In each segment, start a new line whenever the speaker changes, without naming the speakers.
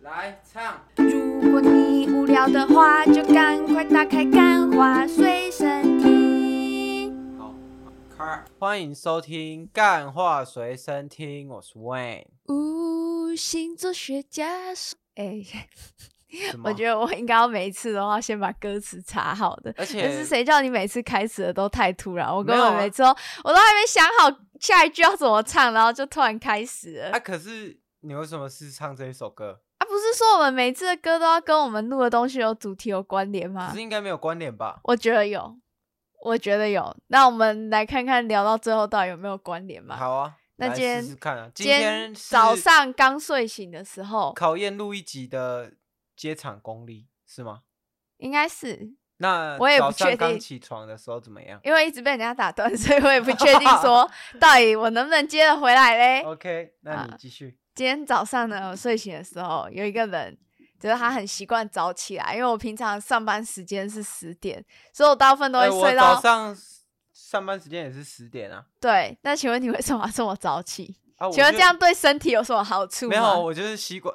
来唱，
如果你无聊的话，就赶快打开《干花随身听》。
好，开。欢迎收听《干话随身听》，我是 Wayne。
五星座学家说，哎、
什么
我觉得我应该要每一次的话，先把歌词查好的。
而且
可是谁叫你每次开始的都太突然？我根
没有
本
啊
每次都、哦我都还没想好下一句要怎么唱，然后就突然开始了。
啊，可是你为什么是唱这一首歌？
啊，不是说我们每次的歌都要跟我们录的东西有主题有关联
可
吗
是？应该没有关联吧？
我觉得有，我觉得有。那我们来看看聊到最后到底有没有关联吧。
好啊，
那
来
今天
试试看啊。
今
天
天
是
早上刚睡醒的时候，
考验录一集的接场功力是吗？
应该是
那
我也不
早上
确
刚
定
起床的时候怎么样
因为一直被人家打断， 所以我也不确定 说到底我能不能接得回来嘞。
？OK，那你
啊
继续。
今天早上呢，我睡醒的时候有一个人，就是他很习惯早起来，因为我平常上班时间是十点，所以我大部分都
哎
会
我
睡到、
早上上班时间也是十点啊。
对。那请问你为什么要这么早起？
啊，我
请问
就
这样对身体有什么好处吗？
没有，我就是习惯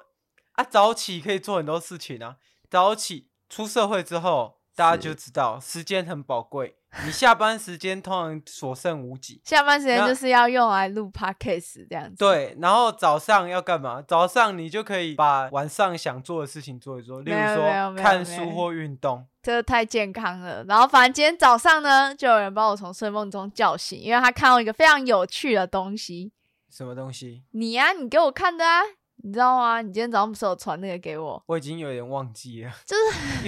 啊，早起可以做很多事情啊。早起出社会之后，大家
是。
就知道时间很宝贵，你下班时间通常所剩无几
下班时间
那
就是要用来录 podcast 这样子。，
对，然后早上要干嘛？早上你就可以把晚上想做的事情做一做，例如
没有没有
说
没有
看
没
书
有
或运动。
这太健康了。然后反正今天早上呢，就有人把我从睡梦中叫醒，因为他看到一个非常有趣的东西。
什么东西？
你呀、你给我看的啊，你知道吗？你今天早上不是有传那个给我？
我已经有点忘记了，
就 是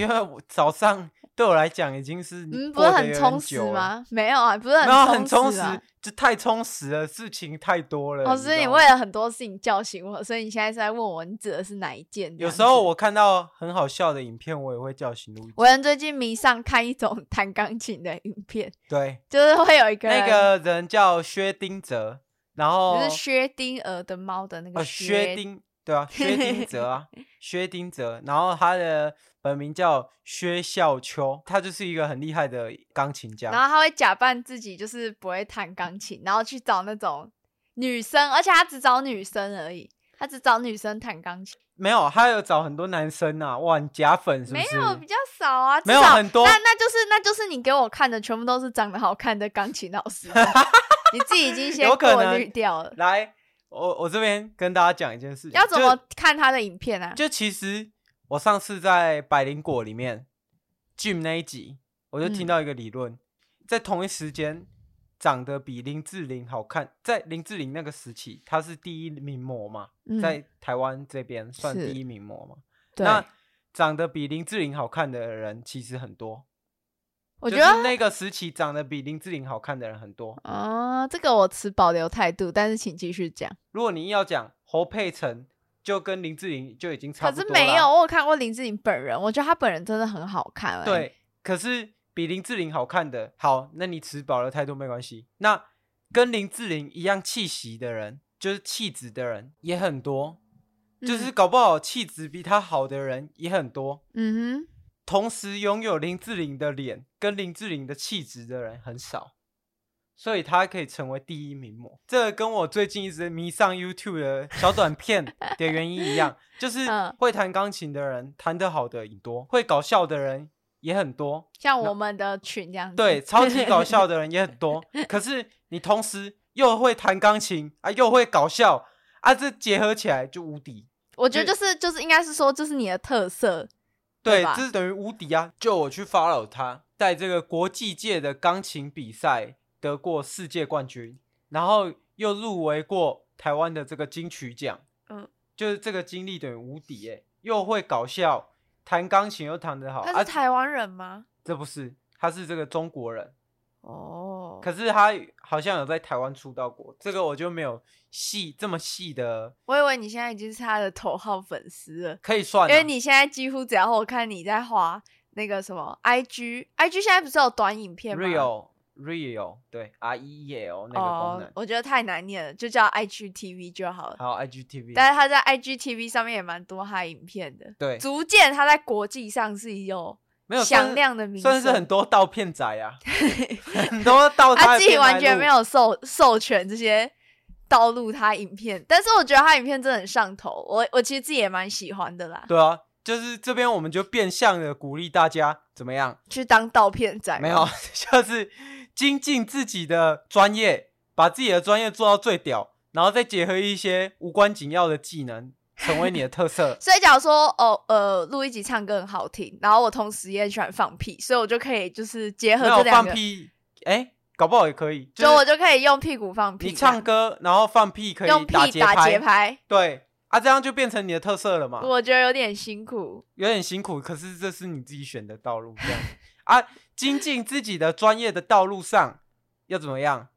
因为我早上对我来讲已经是
嗯，不
过
是
得
很
有
充实
久了？
吗？没有啊，不是
没有
很
很充
实
实
啊。，
这太充实了，事情太多了。
哦，所以
知
你
道
为
吗
了很多事情叫醒我，所以你现在是在问我你指的是哪一件？
有时候，我看到很好笑的影片，我也会叫醒录。
我人最近迷上看一种弹钢琴的影片，
对，
就是会有一个人
那个人叫薛丁哲，然后
就是薛丁格的猫的那
哦
个
薛
丁，
丁对啊，薛丁哲 啊，薛丁哲，然后他的本名叫薛孝秋，他就是一个很厉害的钢琴家。
然后他会假扮自己就是不会弹钢琴，然后去找那种女生，而且他只找女生而已，他只找女生弹钢琴，
没有，他有找很多男生啊，哇，你假粉是不
没
是？
有比较少啊，至
没有
少
很多
那那就是那就是你给我看的全部都是长得好看的钢琴老师，你自己已经先
有可
过
能
滤掉了。
来，我我这边跟大家讲一件事情，
要怎
就
么看他的影片啊？
就其实我上次在百灵果里面 Jim 那一集，我就听
嗯
到一个理论，在同一时间长得比林志玲好看，在林志玲那个时期，她是第一名模嘛，
嗯
在台湾这边算
是
第一名模嘛。
对，
那长得比林志玲好看的人其实很多，
我觉
就是
得
那个时期长得比林志玲好看的人很多。
啊、这个我持保留态度，但是请继续讲。
如果你硬要讲侯佩岑，就跟林志玲就已经差
可
不多
是
了。
没有，我有看过林志颖本人，我觉得她本人真的很好看、欸。，
对，可是比林志玲好看的，好，那你持保留态度没关系。那跟林志玲一样气息的人，就是气质的人也很多，就是搞不好气质比她好的人也很多。
嗯哼，
同时拥有林志玲的脸跟林志玲的气质的人很少，所以她可以成为第一名模。这个跟我最近一直迷上 YouTube 的小短片的原因一样，就是
嗯
会弹钢琴的人弹得好的也多，会搞笑的人也很多，
像我们的群这样子。
对，超级搞笑的人也很多。可是你同时又会弹钢琴啊，又会搞笑啊，这结合起来就无敌。
我觉得
就
就是就是应该是说，就是你的特色。
对
对，吧
这是等于无敌啊！就我去 follow 他，在这个国际界的钢琴比赛得过世界冠军，然后又入围过台湾的这个金曲奖。
嗯，
就是这个经历等于无敌哎、又会搞笑，弹钢琴又弹得好。
他
啊
是，台湾人吗？
这不是，他是这个中国人。
哦，
可是他好像有在台湾出道过，这个我就没有细这么细的
我以为你现在已经是他的头号粉丝了，
可以算、啊，
因为你现在几乎只要我看你在滑那个什么 IG，IG 现在不是有短影片吗
real real 对 R E E L 那个功能，
哦，我觉得太难念了，就叫 IGTV 就好了。
还有 I G T V
但是他在 IGTV 上面也蛮多他影片的，
对，
足见他在国际上是有
没有算
响
是
亮的名声，
算是很多盗片仔啊，很多盗
他
他
自己完全没
有
有授授权这些道路他影片，但是我觉得他影片真的很上头，我我其实自己也蛮喜欢的啦，
对啊，就是这边我们就变相的鼓励大家怎么样？
去当盗片仔。
没有， 就是精进自己的专业，把自己的专业做到最屌，然后再结合一些无关紧要的技能，成为你的特色
所以假如说哦呃录一集唱歌很好听，然后我同时也很喜欢放屁，所以我就可以就是结合
没有
这两
放
个，
屁，哎、搞不好也可以。就
就我
是
就可以用屁股放屁，啊
你唱歌，然后放屁可以
用屁
打节
打
拍，
节
啊
拍，
对啊，这样就变成你的特色了嘛。
我觉得有点辛苦。
有点辛苦，可是这是你自己选的道路，这样啊，精进自己的专业的道路上要怎么样？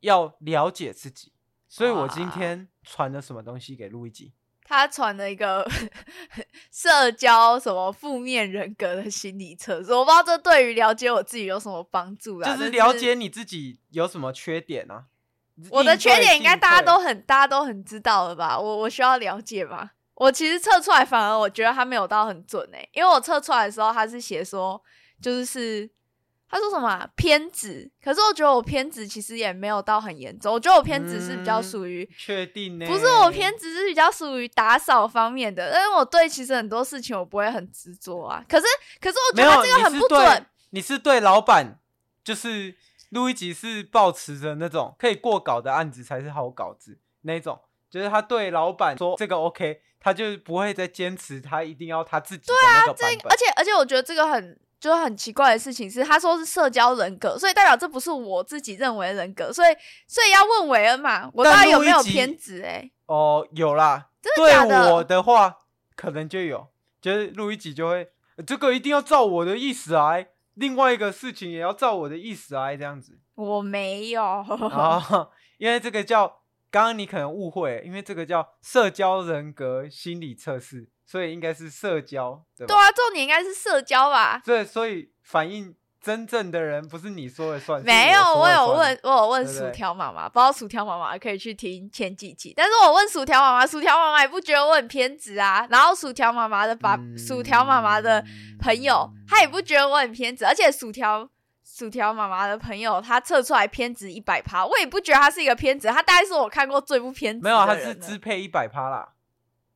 要了解自己。所以我今
哇
天传了什么东西给陆一吉？
他传了一个 社交什么负面人格的心理测试，我不知道这对于了解我自己有什么帮助啦。
就
但
是了解你自己有什么缺点啊。
我的缺点，应该大家都
应
很大家都很知道了吧？我我需要了解吧？我其实测出来，反而我觉得他没有到很准诶、因为我测出来的时候，他是写说就是是他说什么啊、偏执，可是我觉得我偏执其实也没有到很严重，我觉得我偏执是比较
嗯
属于
对确定呢？
不是我偏执，是比较属于打扫方面的，但是我对其实很多事情我不会很执着啊。可是，可是 我
没
觉
有，
得他这个很
你
不
是对
准，。
你是对老板，就是陆一吉是抱持着那种可以过稿的案子才是好稿子那种，就是他对老板说这个 OK，他就不会再坚持他一定要他自己的
啊
那个版本。
而且而且我觉得这个很就是很奇怪的事情是，他说是社交人格，所以代表这不是我自己认为的人格，所以所以要问韦恩嘛，我到
但
底有
录一
没有
集
偏执、欸？
哦，有啦，
的假的
对我的话可能就有，就是录一集就会呃这个一定要照我的意思来，另外一个事情也要照我的意思来这样子。
我没有。
啊，因为这个叫刚刚你可能误会，因为这个叫社交人格心理测试，所以应该是社交，对吧？
对啊，重点应该是社交吧？
所以所以反映真正的人不是你说了算，是
没有，
我说
我
了
有
算
问，我有问
对不
薯
对
条妈妈，不知道薯条妈妈可以去听前几集。但是我问薯条妈妈，薯条妈妈也不觉得我很偏执啊。然后薯条妈妈的爸，
嗯
薯条妈妈的朋友，他也不觉得我很偏执，而且薯条。薯条妈妈的朋友，他测出来偏执一百趴，我也不觉得他是一个偏执，他大概是我看过最不偏执
没
的
有，
人了。
他是支配一百趴啦，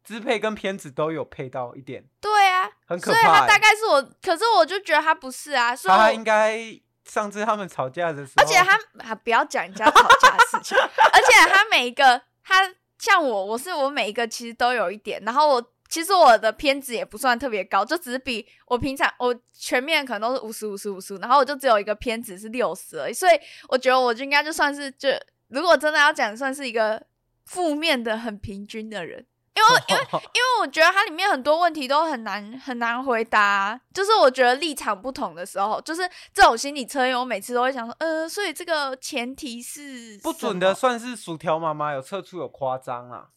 支配跟偏执都有配到一点，
对啊，
很可
所
怕
以
欸、
他大概是我，可是我就觉得他不是啊，所以
他
我
应该上次他们吵架的时候，
而且他啊，不要讲人家吵架的事情。而且他每一个，他像我，我是我每一个其实都有一点。然后我其实我的偏执也不算特别高，就只是比我平常我全面可能都是五十五十五十，然后我就只有一个偏执是六十而已。所以我觉得我就应该就算是就如果真的要讲，算是一个负面的很平均的人。因为因 为因为我觉得它里面很多问题都很难很难回答啊、就是我觉得立场不同的时候，就是这种心理测验，我每次都会想说，呃，所以这个前提是
不
什
准
么
的算是薯条妈妈有测出有夸张啦。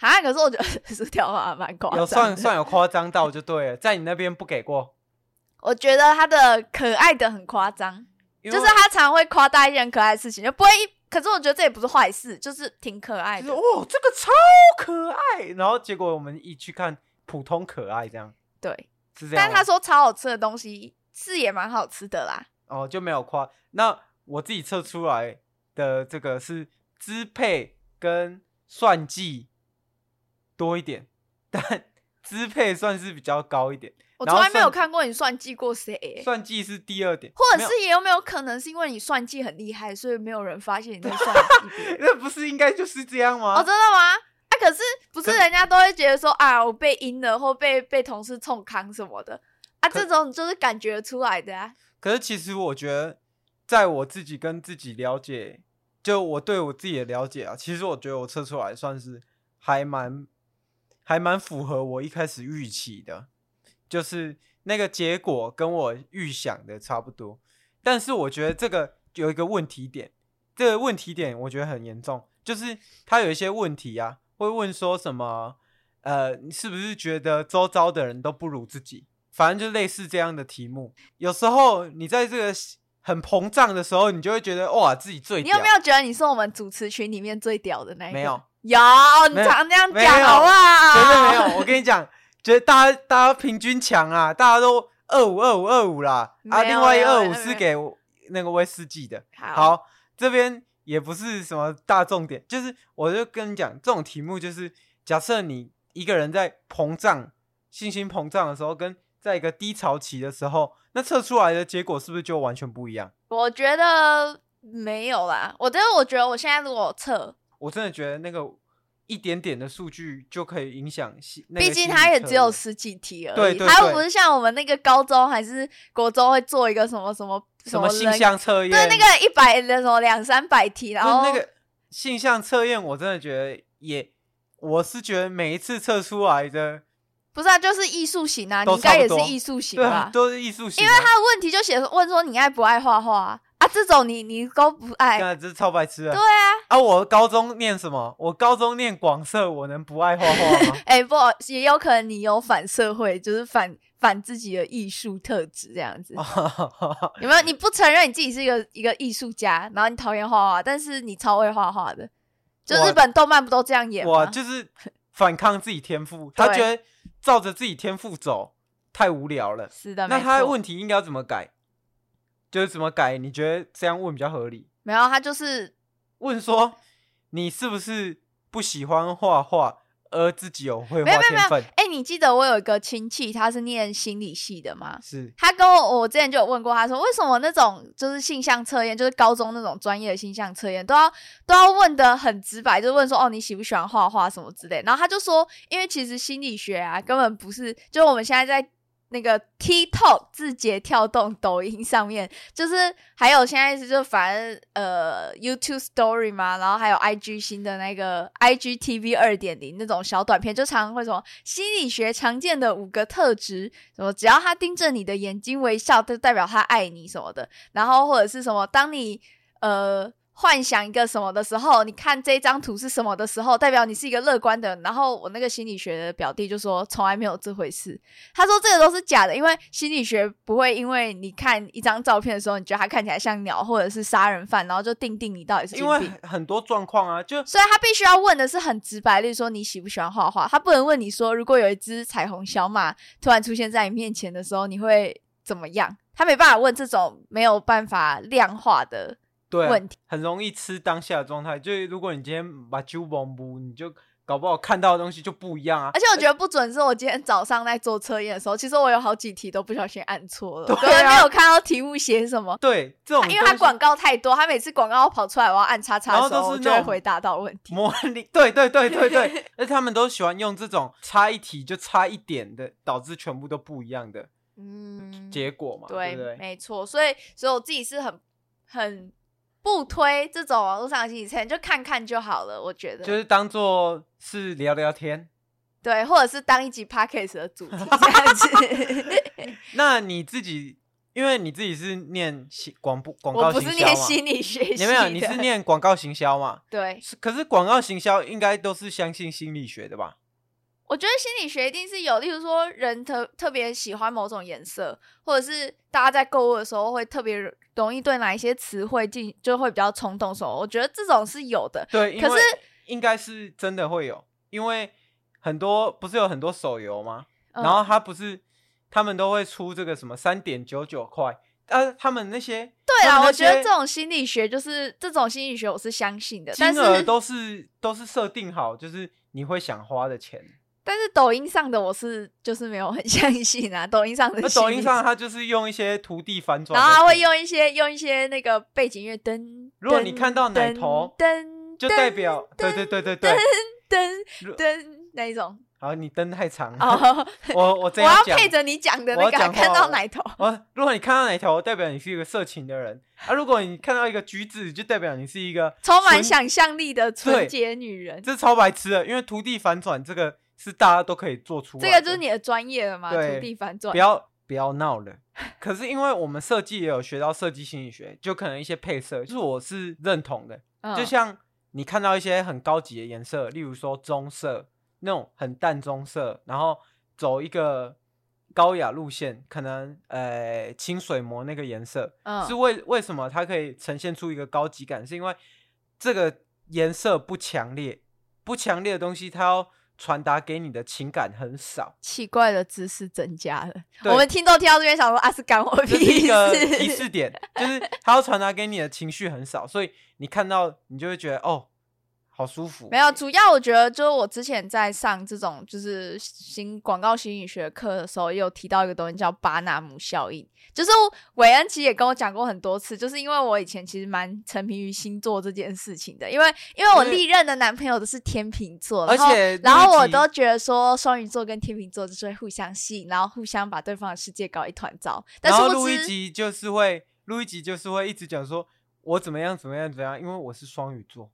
啊。可是我觉得 薯条妈妈蛮夸张的，
有算算有夸张到就对了，在你那边不给过，
我觉得他的可爱的很夸张，
因
就
为
是他常会夸大一件可爱的事情，就不会一。可是我觉得这也不是坏事，就是挺可爱
就
的
是。哦这个超可爱，然后结果我们一去看普通可爱这样
对，
是这样啊
但
吗，
他说超好吃的东西是也蛮好吃的啦。
哦就没有夸。那我自己测出来的这个是支配跟算计多一点，但 支配算是比较高一点，
我
然
从
后
来没有
算
看过你算计过谁、欸
算计是第二点，
或
没
者
有
是也有没有可能是因为你算计很厉害，所以没有人发现你在算计别 人？
那不是应该就是这样吗？
哦，真的吗？啊，可是不是
可
人家都会觉得说啊，我被阴了，或被被同事冲康什么的啊，
可
这种就是感觉出来的啊。
可是其实我觉得，在我自己跟自己了解，就我对我自己的了解啊，其实我觉得我测出来算是还蛮还蛮符合我一开始预期的，就是那个结果跟我预想的差不多。但是我觉得这个有一个问题点，这个问题点我觉得很严重，就是他有一些问题啊，会问说什么，呃，你是不是觉得周遭的人都不如自己？反正就类似这样的题目。有时候你在这个很膨胀的时候，你就会觉得哇，自己最
你
屌
有没有觉得你是我们主持群里面最屌的那一个？
没有，
有，你
没有
常这样
没
讲
有
好不好？
绝对没 有。我跟你讲，觉得大家大家平均强啊，大家都二五二五二五啦。啊，
没有
另外一
没有
二
没有
五
没有
是给那个威士忌的。
好，
好，这边也不是什么大重点，就是我就跟你讲，这种题目就是假设你一个人在膨胀、信心膨胀的时候，跟在一个低潮期的时候，那测出来的结果是不是就完全不一样？
我觉得没有啦，我但是我觉得我现在如果测，
我真的觉得那个一点点的数据就可以影响心，那个
毕竟
心理
它也
测
只有
验
十几题而已，
对对
它
对
又不是像我们那个高中还是国中会做一个什么什么
什
么
么
人
性向测验，
对那个一百的什么两三百题，然
那
后
那个性向测验，我真的觉得也，我是觉得每一次测出来的，
不是啊，就是艺术型啊，你
都
应该
差
也
不
是
多
艺术型
对啊
吧，？
都是艺术型
因
啊，
为他的问题就写说问说你爱不爱画画啊？啊这种你你都不哎爱，
那这是超白痴
对
啊！
啊，？
啊，我高中念什么？我高中念广设，我能不爱画画吗
哎、不好，也有可能你有反社会，就是反反自己的艺术特质这样
哦
子。 有没有？你不承认你自己是一个一个艺术家，然后你讨厌画画，但是你超会画画的。就
我
日本动漫不都这样演
我
吗？
就是反抗自己天赋，他
对
觉得照着自己天赋走太无聊了。
是的，
那
没
他的
错
问题应该要怎么改？就是怎么改？你觉得这样问比较合理？
没有，他就是
问说你是不是不喜欢画画，而自己有绘画
没有没有没
天
有
分？
哎、你记得我有一个亲戚，他是念心理系的吗？
是
他跟我，我之前就有问过，他说为什么那种就是性向测验，就是高中那种专业的性向测验，都要都要问的很直白，就是问说哦你喜不喜欢画画什么之类。然后他就说，因为其实心理学啊根本不是，就是我们现在在那个 TikTok 字节跳动、抖音上面，就是还有现在是就反正呃 YouTube Story 嘛，然后还有 IG 新的那个 IGTV 二点零那种小短片，就常常会什么心理学常见的五个特质，什么只要他盯着你的眼睛微笑，就代表他爱你什么的，然后或者是什么，当你呃。幻想一个什么的时候，你看这张图是什么的时候，代表你是一个乐观的人。然后我那个心理学的表弟就说，从来没有这回事。他说这个都是假的，因为心理学不会因为你看一张照片的时候，你觉得他看起来像鸟或者是杀人犯，然后就定定你到底是精
因为
病。
很很多状况啊，就
所以他必须要问的是很直白，例如说你喜不喜欢画画，他不能问你说如果有一只彩虹小马突然出现在你面前的时候，你会怎么样？他没办法问这种没有办法量化 的，
对啊、
问题
很容易吃当下的状态。就是如果你今天把酒蒙不，你就搞不好看到的东西就不一样啊
而。且我觉得不准是我今天早上在做测验的时候，其实我有好几题都不小心按错了，
对
我
啊
根本没有看到题目写什么。
对，这种
因为他
东西
广告太多，他每次广告跑出来，我要按叉叉的时
然
候，
后
我
都是
就
那种
会回答到问题。
模拟，对对对对对， 而且他们都喜欢用这种差一题就差一点的，导致全部都不一样的
嗯，
结果嘛，对
对，
不对？
没错。所以，所以我自己是很很不推这种网络上的心理测验，就看看就好了。我觉得，
就是当做是聊聊天。
对，或者是当一集 podcast 的主题这样子。
那你自己，因为你自己是念行广播广
我
告
不
行
是
销
念
嘛，
心理学系
你
的，
没有，你是念广告行销嘛？
对。
是，可是广告行销应该都是相信心理学的吧？
我觉得心理学一定是有，例如说人特特别喜欢某种颜色，或者是大家在购物的时候会特别容易对哪一些词汇进就会比较冲动什么。我觉得这种是有的，
对，因
可
为
是
应该是真的会有，因为很多不是有很多手游吗？
嗯、
然后它不是他们都会出这个什么三点九九块，呃，他们那些
对
他
啊，
们那
我觉得
些
这种心理学就是这种心理学，我是相信的。但
金额
是
都是都是设定好，就是你会想花的钱。
但是抖音上的我是就是没有很相信啊， 抖音上的
那
心
抖
理
音上，它就是用一些土地反转，
然后他会。用一些用一些那个背景音乐噔。
如果你
噔
看到奶头
噔，噔
就代表对对对对对，
噔
如
噔那 一种
好，你灯太长了，
哦，
我我
我
这样
要
讲，
配着你讲的
我
那
要
个
讲话
看到
哦
奶头，
哦，如果你看到奶头，代表你是一个色情的人啊；如果你看到一个橘子，就代表你是一个
充满
纯
想象力的纯
对
洁女人，
这超白痴的，因为土地反转这个是大家都可以做出来
这
的，
个就是你的专业了嘛？
对
土地反转
不，要不要闹了。可是因为我们设计也有学到设计心理学，就可能一些配色，就是我是认同的。
嗯
就像你看到一些很高级的颜色，例如说棕色那种很淡棕色，然后走一个高雅路线，可能呃清水膜那个颜色，
嗯
是为为什么它可以呈现出一个高级感？是因为这个颜色不强烈，不强烈的东西它要传达给你的情感很少，
奇怪的知识增加了。
对
我们听众听到这边想说啊，是干我
这是
屁
一 个提
事？
示点，就是他要传达给你的情绪很少，所以你看到你就会觉得哦，好舒服
没。有，主要我觉得就是我之前在上这种就是心广告心理学课的时候，也有提到一个东西叫巴纳姆效应。就是韦恩其实也跟我讲过很多次，就是因为我以前其实蛮沉迷于星座这件事情的，因为因为我
因为
历任的男朋友都是天秤座，
而
然后
且
然
录一
后我
集
都觉得说双鱼座跟天秤座就是会互相吸引，然后互相把对方的世界搞一团糟。但
然
是
后
不
录一
知
集就是会录一集就是会一直讲说我怎么样怎么样怎么样，因为我是双鱼座。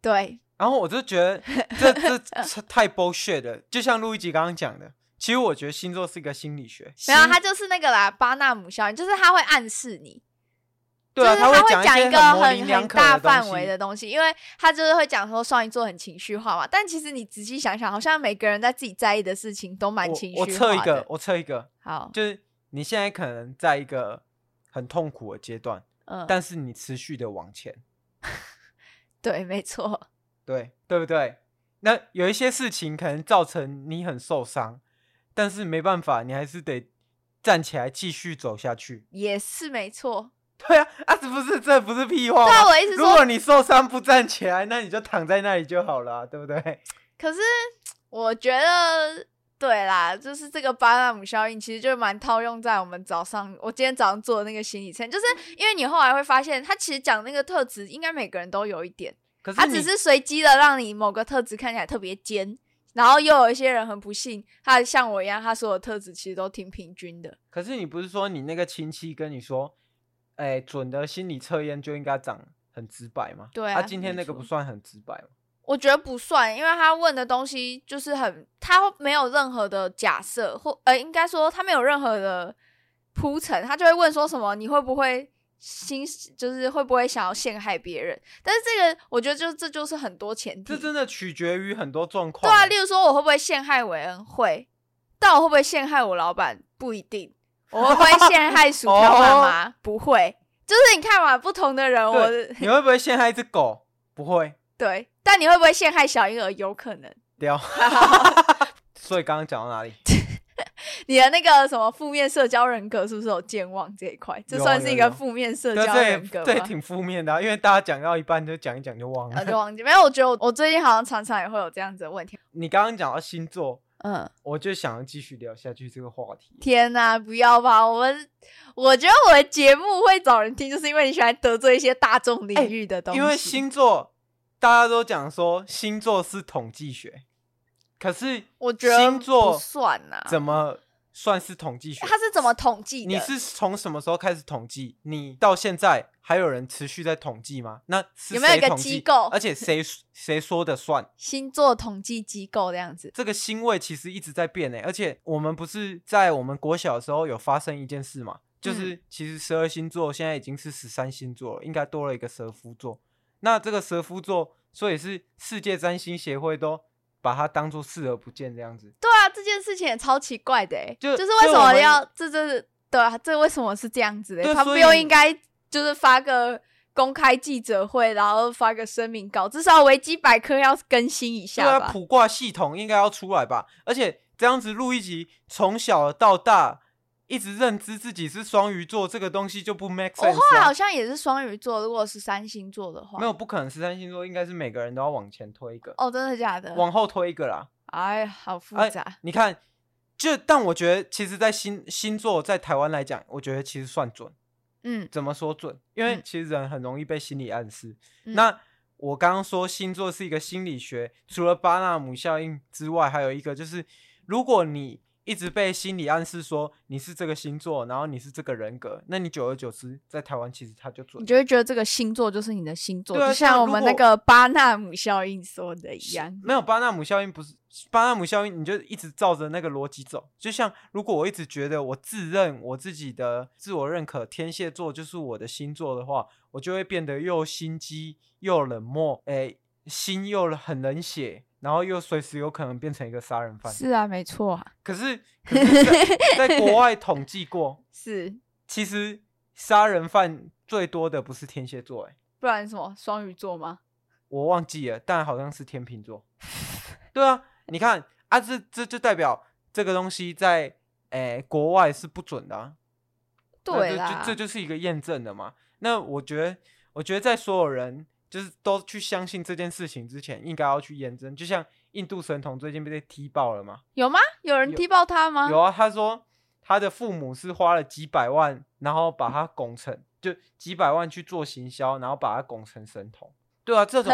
对
然后我就觉 得这这这太 bullshit 了，就像路易吉刚刚讲的，其实我觉得星座是一个心理学，
没有，啊
星
他就是那个啦，巴纳姆效应，就是他会暗示你，
对啊，
就是他
会
会讲
一
一
些
个
模棱
很
两
很
可的
大
东
范
西
围的东西，因为他就是会讲说双鱼座很情绪化嘛，但其实你仔细想想，好像每个人在自己在意的事情都蛮情绪
我我
化的。
测一个，我测一个，
好，
就是你现在可能在一个很痛苦的阶段，
嗯，
但是你持续的往前，
对，没错，
对对不对？那有一些事情可能造成你很受伤，但是没办法，你还是得站起来继续走下去。
也是没错。
对啊，啊，这不是这不是屁话吗？
对啊，我一直
哦如
说
果你受伤不站起来，那你就躺在那里就好了啊、对不对？
可是我觉得对啦，就是这个巴纳姆效应，其实就蛮套用在我们早上我今天早上做的那个心理测验，就是因为你后来会发现，他其实讲那个特质，应该每个人都有一点，
可是
他
你
啊只是随机的让你某个特质看起来特别尖。然后又有一些人很不幸，他像我一样，他所有特质其实都挺平均的。
可是你不是说你那个亲戚跟你说，哎，准的心理测验就应该长很直白吗？
对
他、
啊
今天
没
那个
错
不算很直白吗？
我觉得不算，因为他问的东西就是很，他没有任何的假设或呃，应该说他没有任何的铺陈，他就会问说什么你会不会心就是会不会想要陷害别人？但是这个我觉得就这就是很多前提，
这真的取决于很多状况。
对啊，例如说我会不会陷害韦恩会，但我会不会陷害我老板不一 定，我会不会陷害薯条妈妈、不会，就是你看嘛，不同的人我
哦对你会不会陷害一只狗？不会，
对，但你会不会陷害小婴儿有可能。
掉。所以刚刚讲到哪里？
你的那个什么负面社交人格是不是有健忘这一块？这
有啊
算是一
有
个
有
负面社
对，
交
这也
人格
这也
吧？
挺负面的啊、因为大家讲到一半就讲一讲就忘
我
了。
呃就忘记，没有。我觉得我我最近好像常常也会有这样子的问题。
你刚刚讲到星座，
嗯，
我就想要继续聊下去这个话题。
天哪、不要吧！我们我觉得我的节目会找人听，就是因为你喜欢得罪一些大众领
哎
域的东西。
因为星座大家都讲说星座是统计学，可是
我觉得
星座
不算呐、
怎么算是统计学？
它是怎么统计的？
你是从什么时候开始统计？你到现在还有人持续在统计吗？那是
有没有
谁
一个
统计
机构
而且谁谁说的算？
星座统计机构这样子。
这个星位其实一直在变呢、欸而且我们不是在我们国小的时候有发生一件事嘛，
嗯
就是其实十二星座现在已经是十三星座了，应该多了一个蛇夫座。那这个蛇夫座，所以是世界占星协会都把它当做视而不见这样子。
对啊，这件事情也超奇怪的、欸，
就
就是
就
为什
我
么
们
要这这是对啊，这为什么是这样子的、
对
他不
所以
用应该就是发个公开记者会，然后发个声明稿，至少维基百科要更新一
对
下
啊，
吧。
卜卦系统应该要出来吧？而且这样子录一集，从小到大一直认知自己是双鱼座，这个东西就不 make
我
sense
后来
啊、
哦好像也是双鱼座，如果是三星座的话，
没有，不可能十三星座应该是每个人都要往前推一个，
哦，真的假的？
往后推一个啦。
哎，好复
哎
杂。
你看，就但我觉得，其实，在星星座在台湾来讲，我觉得其实算准。
嗯，
怎么说准？因为
嗯
其实人很容易被心理暗示。
嗯
那我刚刚说星座是一个心理学，除了巴纳姆效应之外，还有一个就是，如果你一直被心理暗示说你是这个星座，然后你是这个人格，那你久而久之在台湾其实它就准
你。就会觉得这个星座就是你的星座，
对啊
就
像
像我
如
们那
果
个巴纳姆效应说的一样。
没有巴纳姆效应，不是巴纳姆效应，你就一直照着那个逻辑走。就像如果我一直觉得我自认我自己的自我认可天蝎座就是我的星座的话，我就会变得又心机又冷漠，哎，心又很冷血，然后又随时有可能变成一个杀人犯。
是啊，没错啊，
可是，可是在在国外统计过，
是，
其实杀人犯最多的不是天蝎座、哎，
不然什么双鱼座吗？
我忘记了，但好像是天秤座。对啊，你看啊，这这就代表这个东西在诶、国外是不准的、啊，那
对
这
啦
就，这就是一个验证的嘛。那我觉得，我觉得在所有人就是都去相信这件事情之前，应该要去验证。就像印度神童最近被踢爆了嘛，
有吗？有人
有
踢爆他吗？
有 啊，他说他的父母是花了几百万，然后把他拱成，就几百万去做行销，然后把他拱成神童。对啊，这种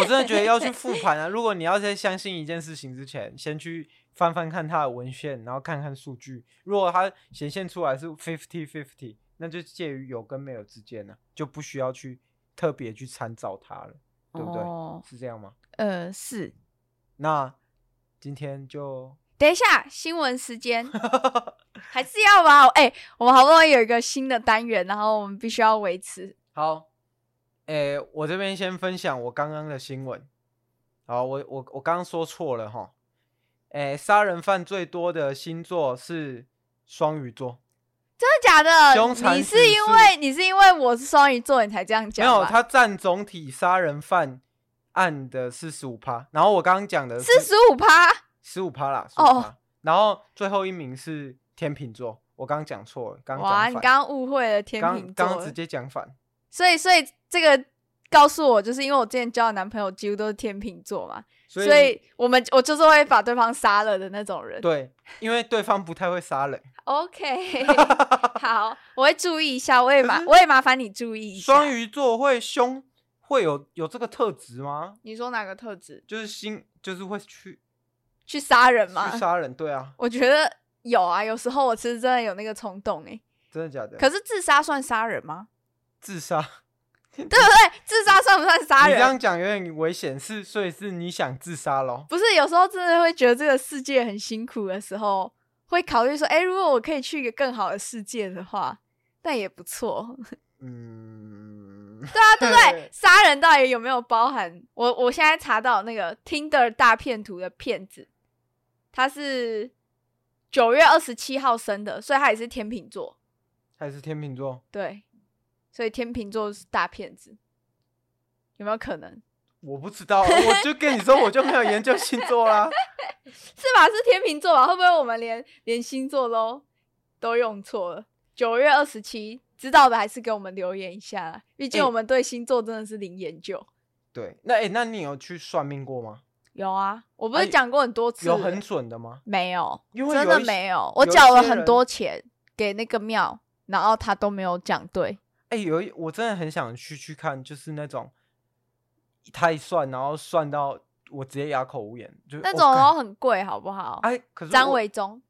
我真的觉得要去复盘啊！如果你要在相信一件事情之前，先去翻翻看它的文献，然后看看数据。如果它显现出来是 fifty fifty，那就介于有跟没有之间呢、就不需要去特别去参照它了，对不对？
哦，
是这样吗？
呃，是。
那今天就
等一下，新闻时间还是要吧？哎、我们好不容易有一个新的单元，然后我们必须要维持。
好，诶、我这边先分享我刚刚的新闻。好，我我我刚刚说错了哈。诶、杀人犯最多的星座是双鱼座，
真的假
凶
的？
残
你
指
是因
数
为你是因为我是双鱼座，你才这样
没
讲吧？
有，他占总体杀人犯案的四十五趴。然后我刚刚讲的
四十五趴。
十五趴啦，
哦
15趴然后最后一名是天秤座，我刚刚讲错了，刚刚
哇，
讲
你
反
刚刚误会了天秤
刚
座
刚
了，
刚直接讲反，
所以所以这个告诉我，就是因为我之前交的男朋友几乎都是天秤座嘛，所
以
我们我就是会把对方杀了的那种人。
对，因为对方不太会杀人。
OK，好，我会注意一下，我也麻
可是
我也麻烦你注意一下。
双，鱼座会凶，会有有这个特质吗？
你说哪个特质？
就是心，就是会去
去杀人吗
去？杀人，对啊，
我觉得有啊，有时候我其实真的有那个冲动哎、
真的假的？
可是自杀算杀人吗？
自杀，
对不对？自杀算不算杀
你这
人？
样讲有点危险，是所以是你想自杀咯？
不是，有时候真的会觉得这个世界很辛苦的时候，会考虑说，哎，如果我可以去一个更好的世界的话，那也不错。
嗯，
对啊，对不对
对？
杀人到底有没有包含？我我现在查到那个 Tinder 大骗图的骗子，他是九月二十七号生的，所以他也是天秤座，
还是天秤座？
对，所以天秤座是大骗子，有没有可能？
我不知道，我就跟你说，我就没有研究星座啊 啦。
是吧？是天秤座吧？啊会不会我们连连星座都都用错了？九月二十七，知道的还是给我们留言一下啦，毕竟
哎
我们对星座真的是零研究。
对，那诶，那你有去算命过吗？
有啊，我不是
哎
讲过很多次了、
有很准的吗？
没有，
因为
真
有
的
一些
没有，
有
我
一
缴了
些
很
人
多钱给那个庙，然后他都没有讲对。
哎、有一我真的很想去去看，就是那种太算，然后算到我直接哑口无言，就是
那
哦
种
干
都很贵，好不好？
哎，可是
张
我
伟忠，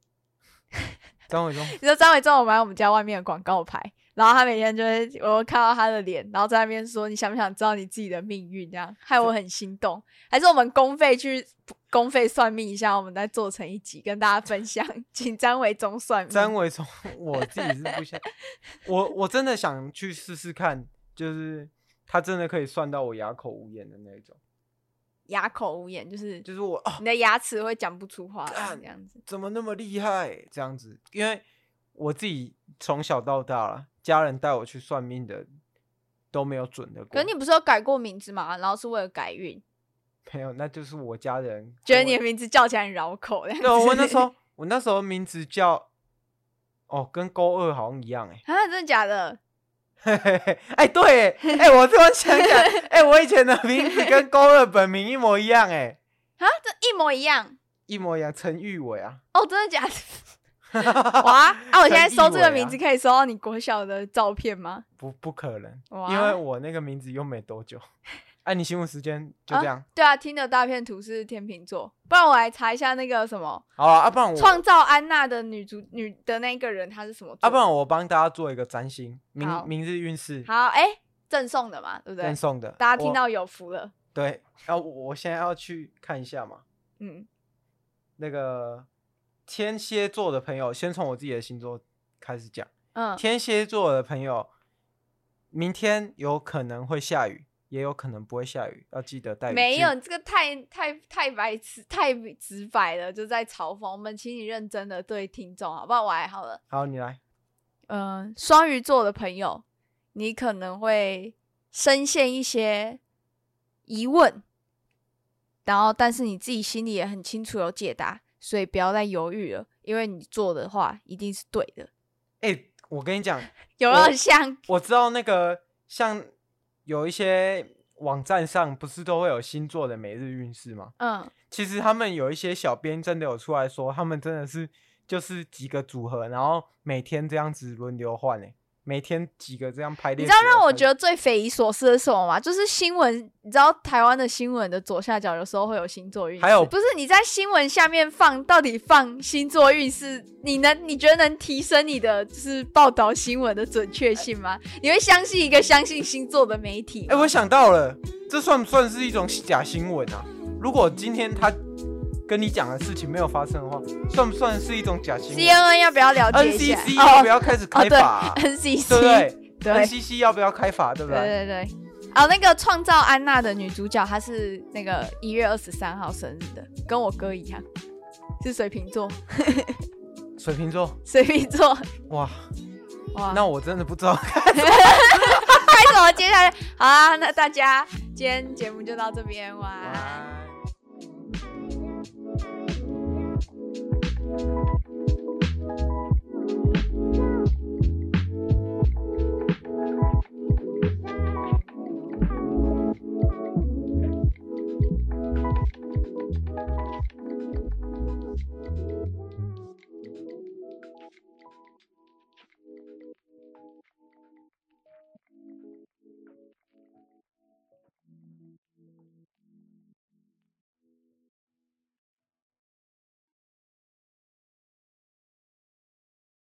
张 伟忠，
你说张伟忠，我买我们家外面的广告牌，然后他每天就会，我会看到他的脸，然后在那边说你想不想知道你自己的命运？这样害我很心动。还是我们公费去公费算命一下，我们再做成一集跟大家分享，请张伟忠算命。
张伟忠，我自己是不想，我我真的想去试试看，就是他真的可以算到我哑口无言的那一种，
哑口无言，就是
就是我啊
你的牙齿会讲不出话来
干
这样子。
怎么那么厉害这样子，因为我自己从小到大啦，家人带我去算命的都没有准的过，
可是你不是有改过名字吗？然后是为了改运，
没有，那就是我家人
觉得
跟我
你的名字叫起来很绕口。对
对，啊我那时 候我那时候名字叫哦，跟勾二好像一样哎、
啊，真的假的？
嘿嘿嘿， 哎、对欸，哎、我突然想起来，哎、我以前的名字跟勾二本名一模一样哎、
啊，这一模一样
一模一样，陈玉伟啊，
哦，真的 假的？哇啊！我现在
陈
搜
奕
这个
伟
名
啊
字可以搜到你国小的照片吗？
不不可能，因为
哇，
我那个名字又没多久。哎、你新闻时间就这样，
对啊，听的大片图是天秤座，不然我来查一下那个什么
好啊，啊不然我，
创造安娜的女主女的那个人，她是什么座？
啊不然我帮大家做一个占星
好
明明日运势
好哎，赠送的嘛，对不对
赠？送的，
大家听
我
到有福了，
对，然、啊、后我现在要去看一下嘛，
嗯，
那个天蝎座的朋友，先从我自己的星座开始讲。
嗯，
天蝎座的朋友，明天有可能会下雨，也有可能不会下雨，要记得带雨具。
没有，你这个太太太白痴、太直白了，就在嘲讽我们，请你认真的对听众好不好？我还好了，
好，你来。
嗯、双鱼座的朋友，你可能会深陷一些疑问，然后但是你自己心里也很清楚有解答，所以不要再犹豫了，因为你做的话一定是对的。
哎、我跟你讲，
有没有像
我知道那个像有一些网站上不是都会有星座的每日运势吗？
嗯
其实他们有一些小编真的有出来说，他们真的是就是几个组合，然后每天这样子轮流换诶、每天几个这样排列
你
组合分。
知道让我觉得最匪夷所思的是什么吗？就是新闻，你知道台湾的新闻的左下角有时候会有星座运势，
还有
不是你在新闻下面放，到底放星座运势，你能你觉得能提升你的就是报道新闻的准确性吗？ 你会相信一个相信星座的媒体
哎、
吗？
我想到了，这算不算是一种假新闻啊？如果今天他跟你讲的事情没有发生的话，算不算是一种假新
C
闻
N N 要不要了解一下哦
NCC 要不要开始开
对
罚、啊
N C C
对不对
对
？NCC 要不要开罚？对不
对对对。哦，那个创造安娜的女主角，她是那个一月二十三号生日的，跟我哥一样，是水瓶座，
水瓶座，
水瓶座，
哇，
哇，
那我真的不知道。
开什么？接下来好啊，那大家今天节目就到这边，晚安。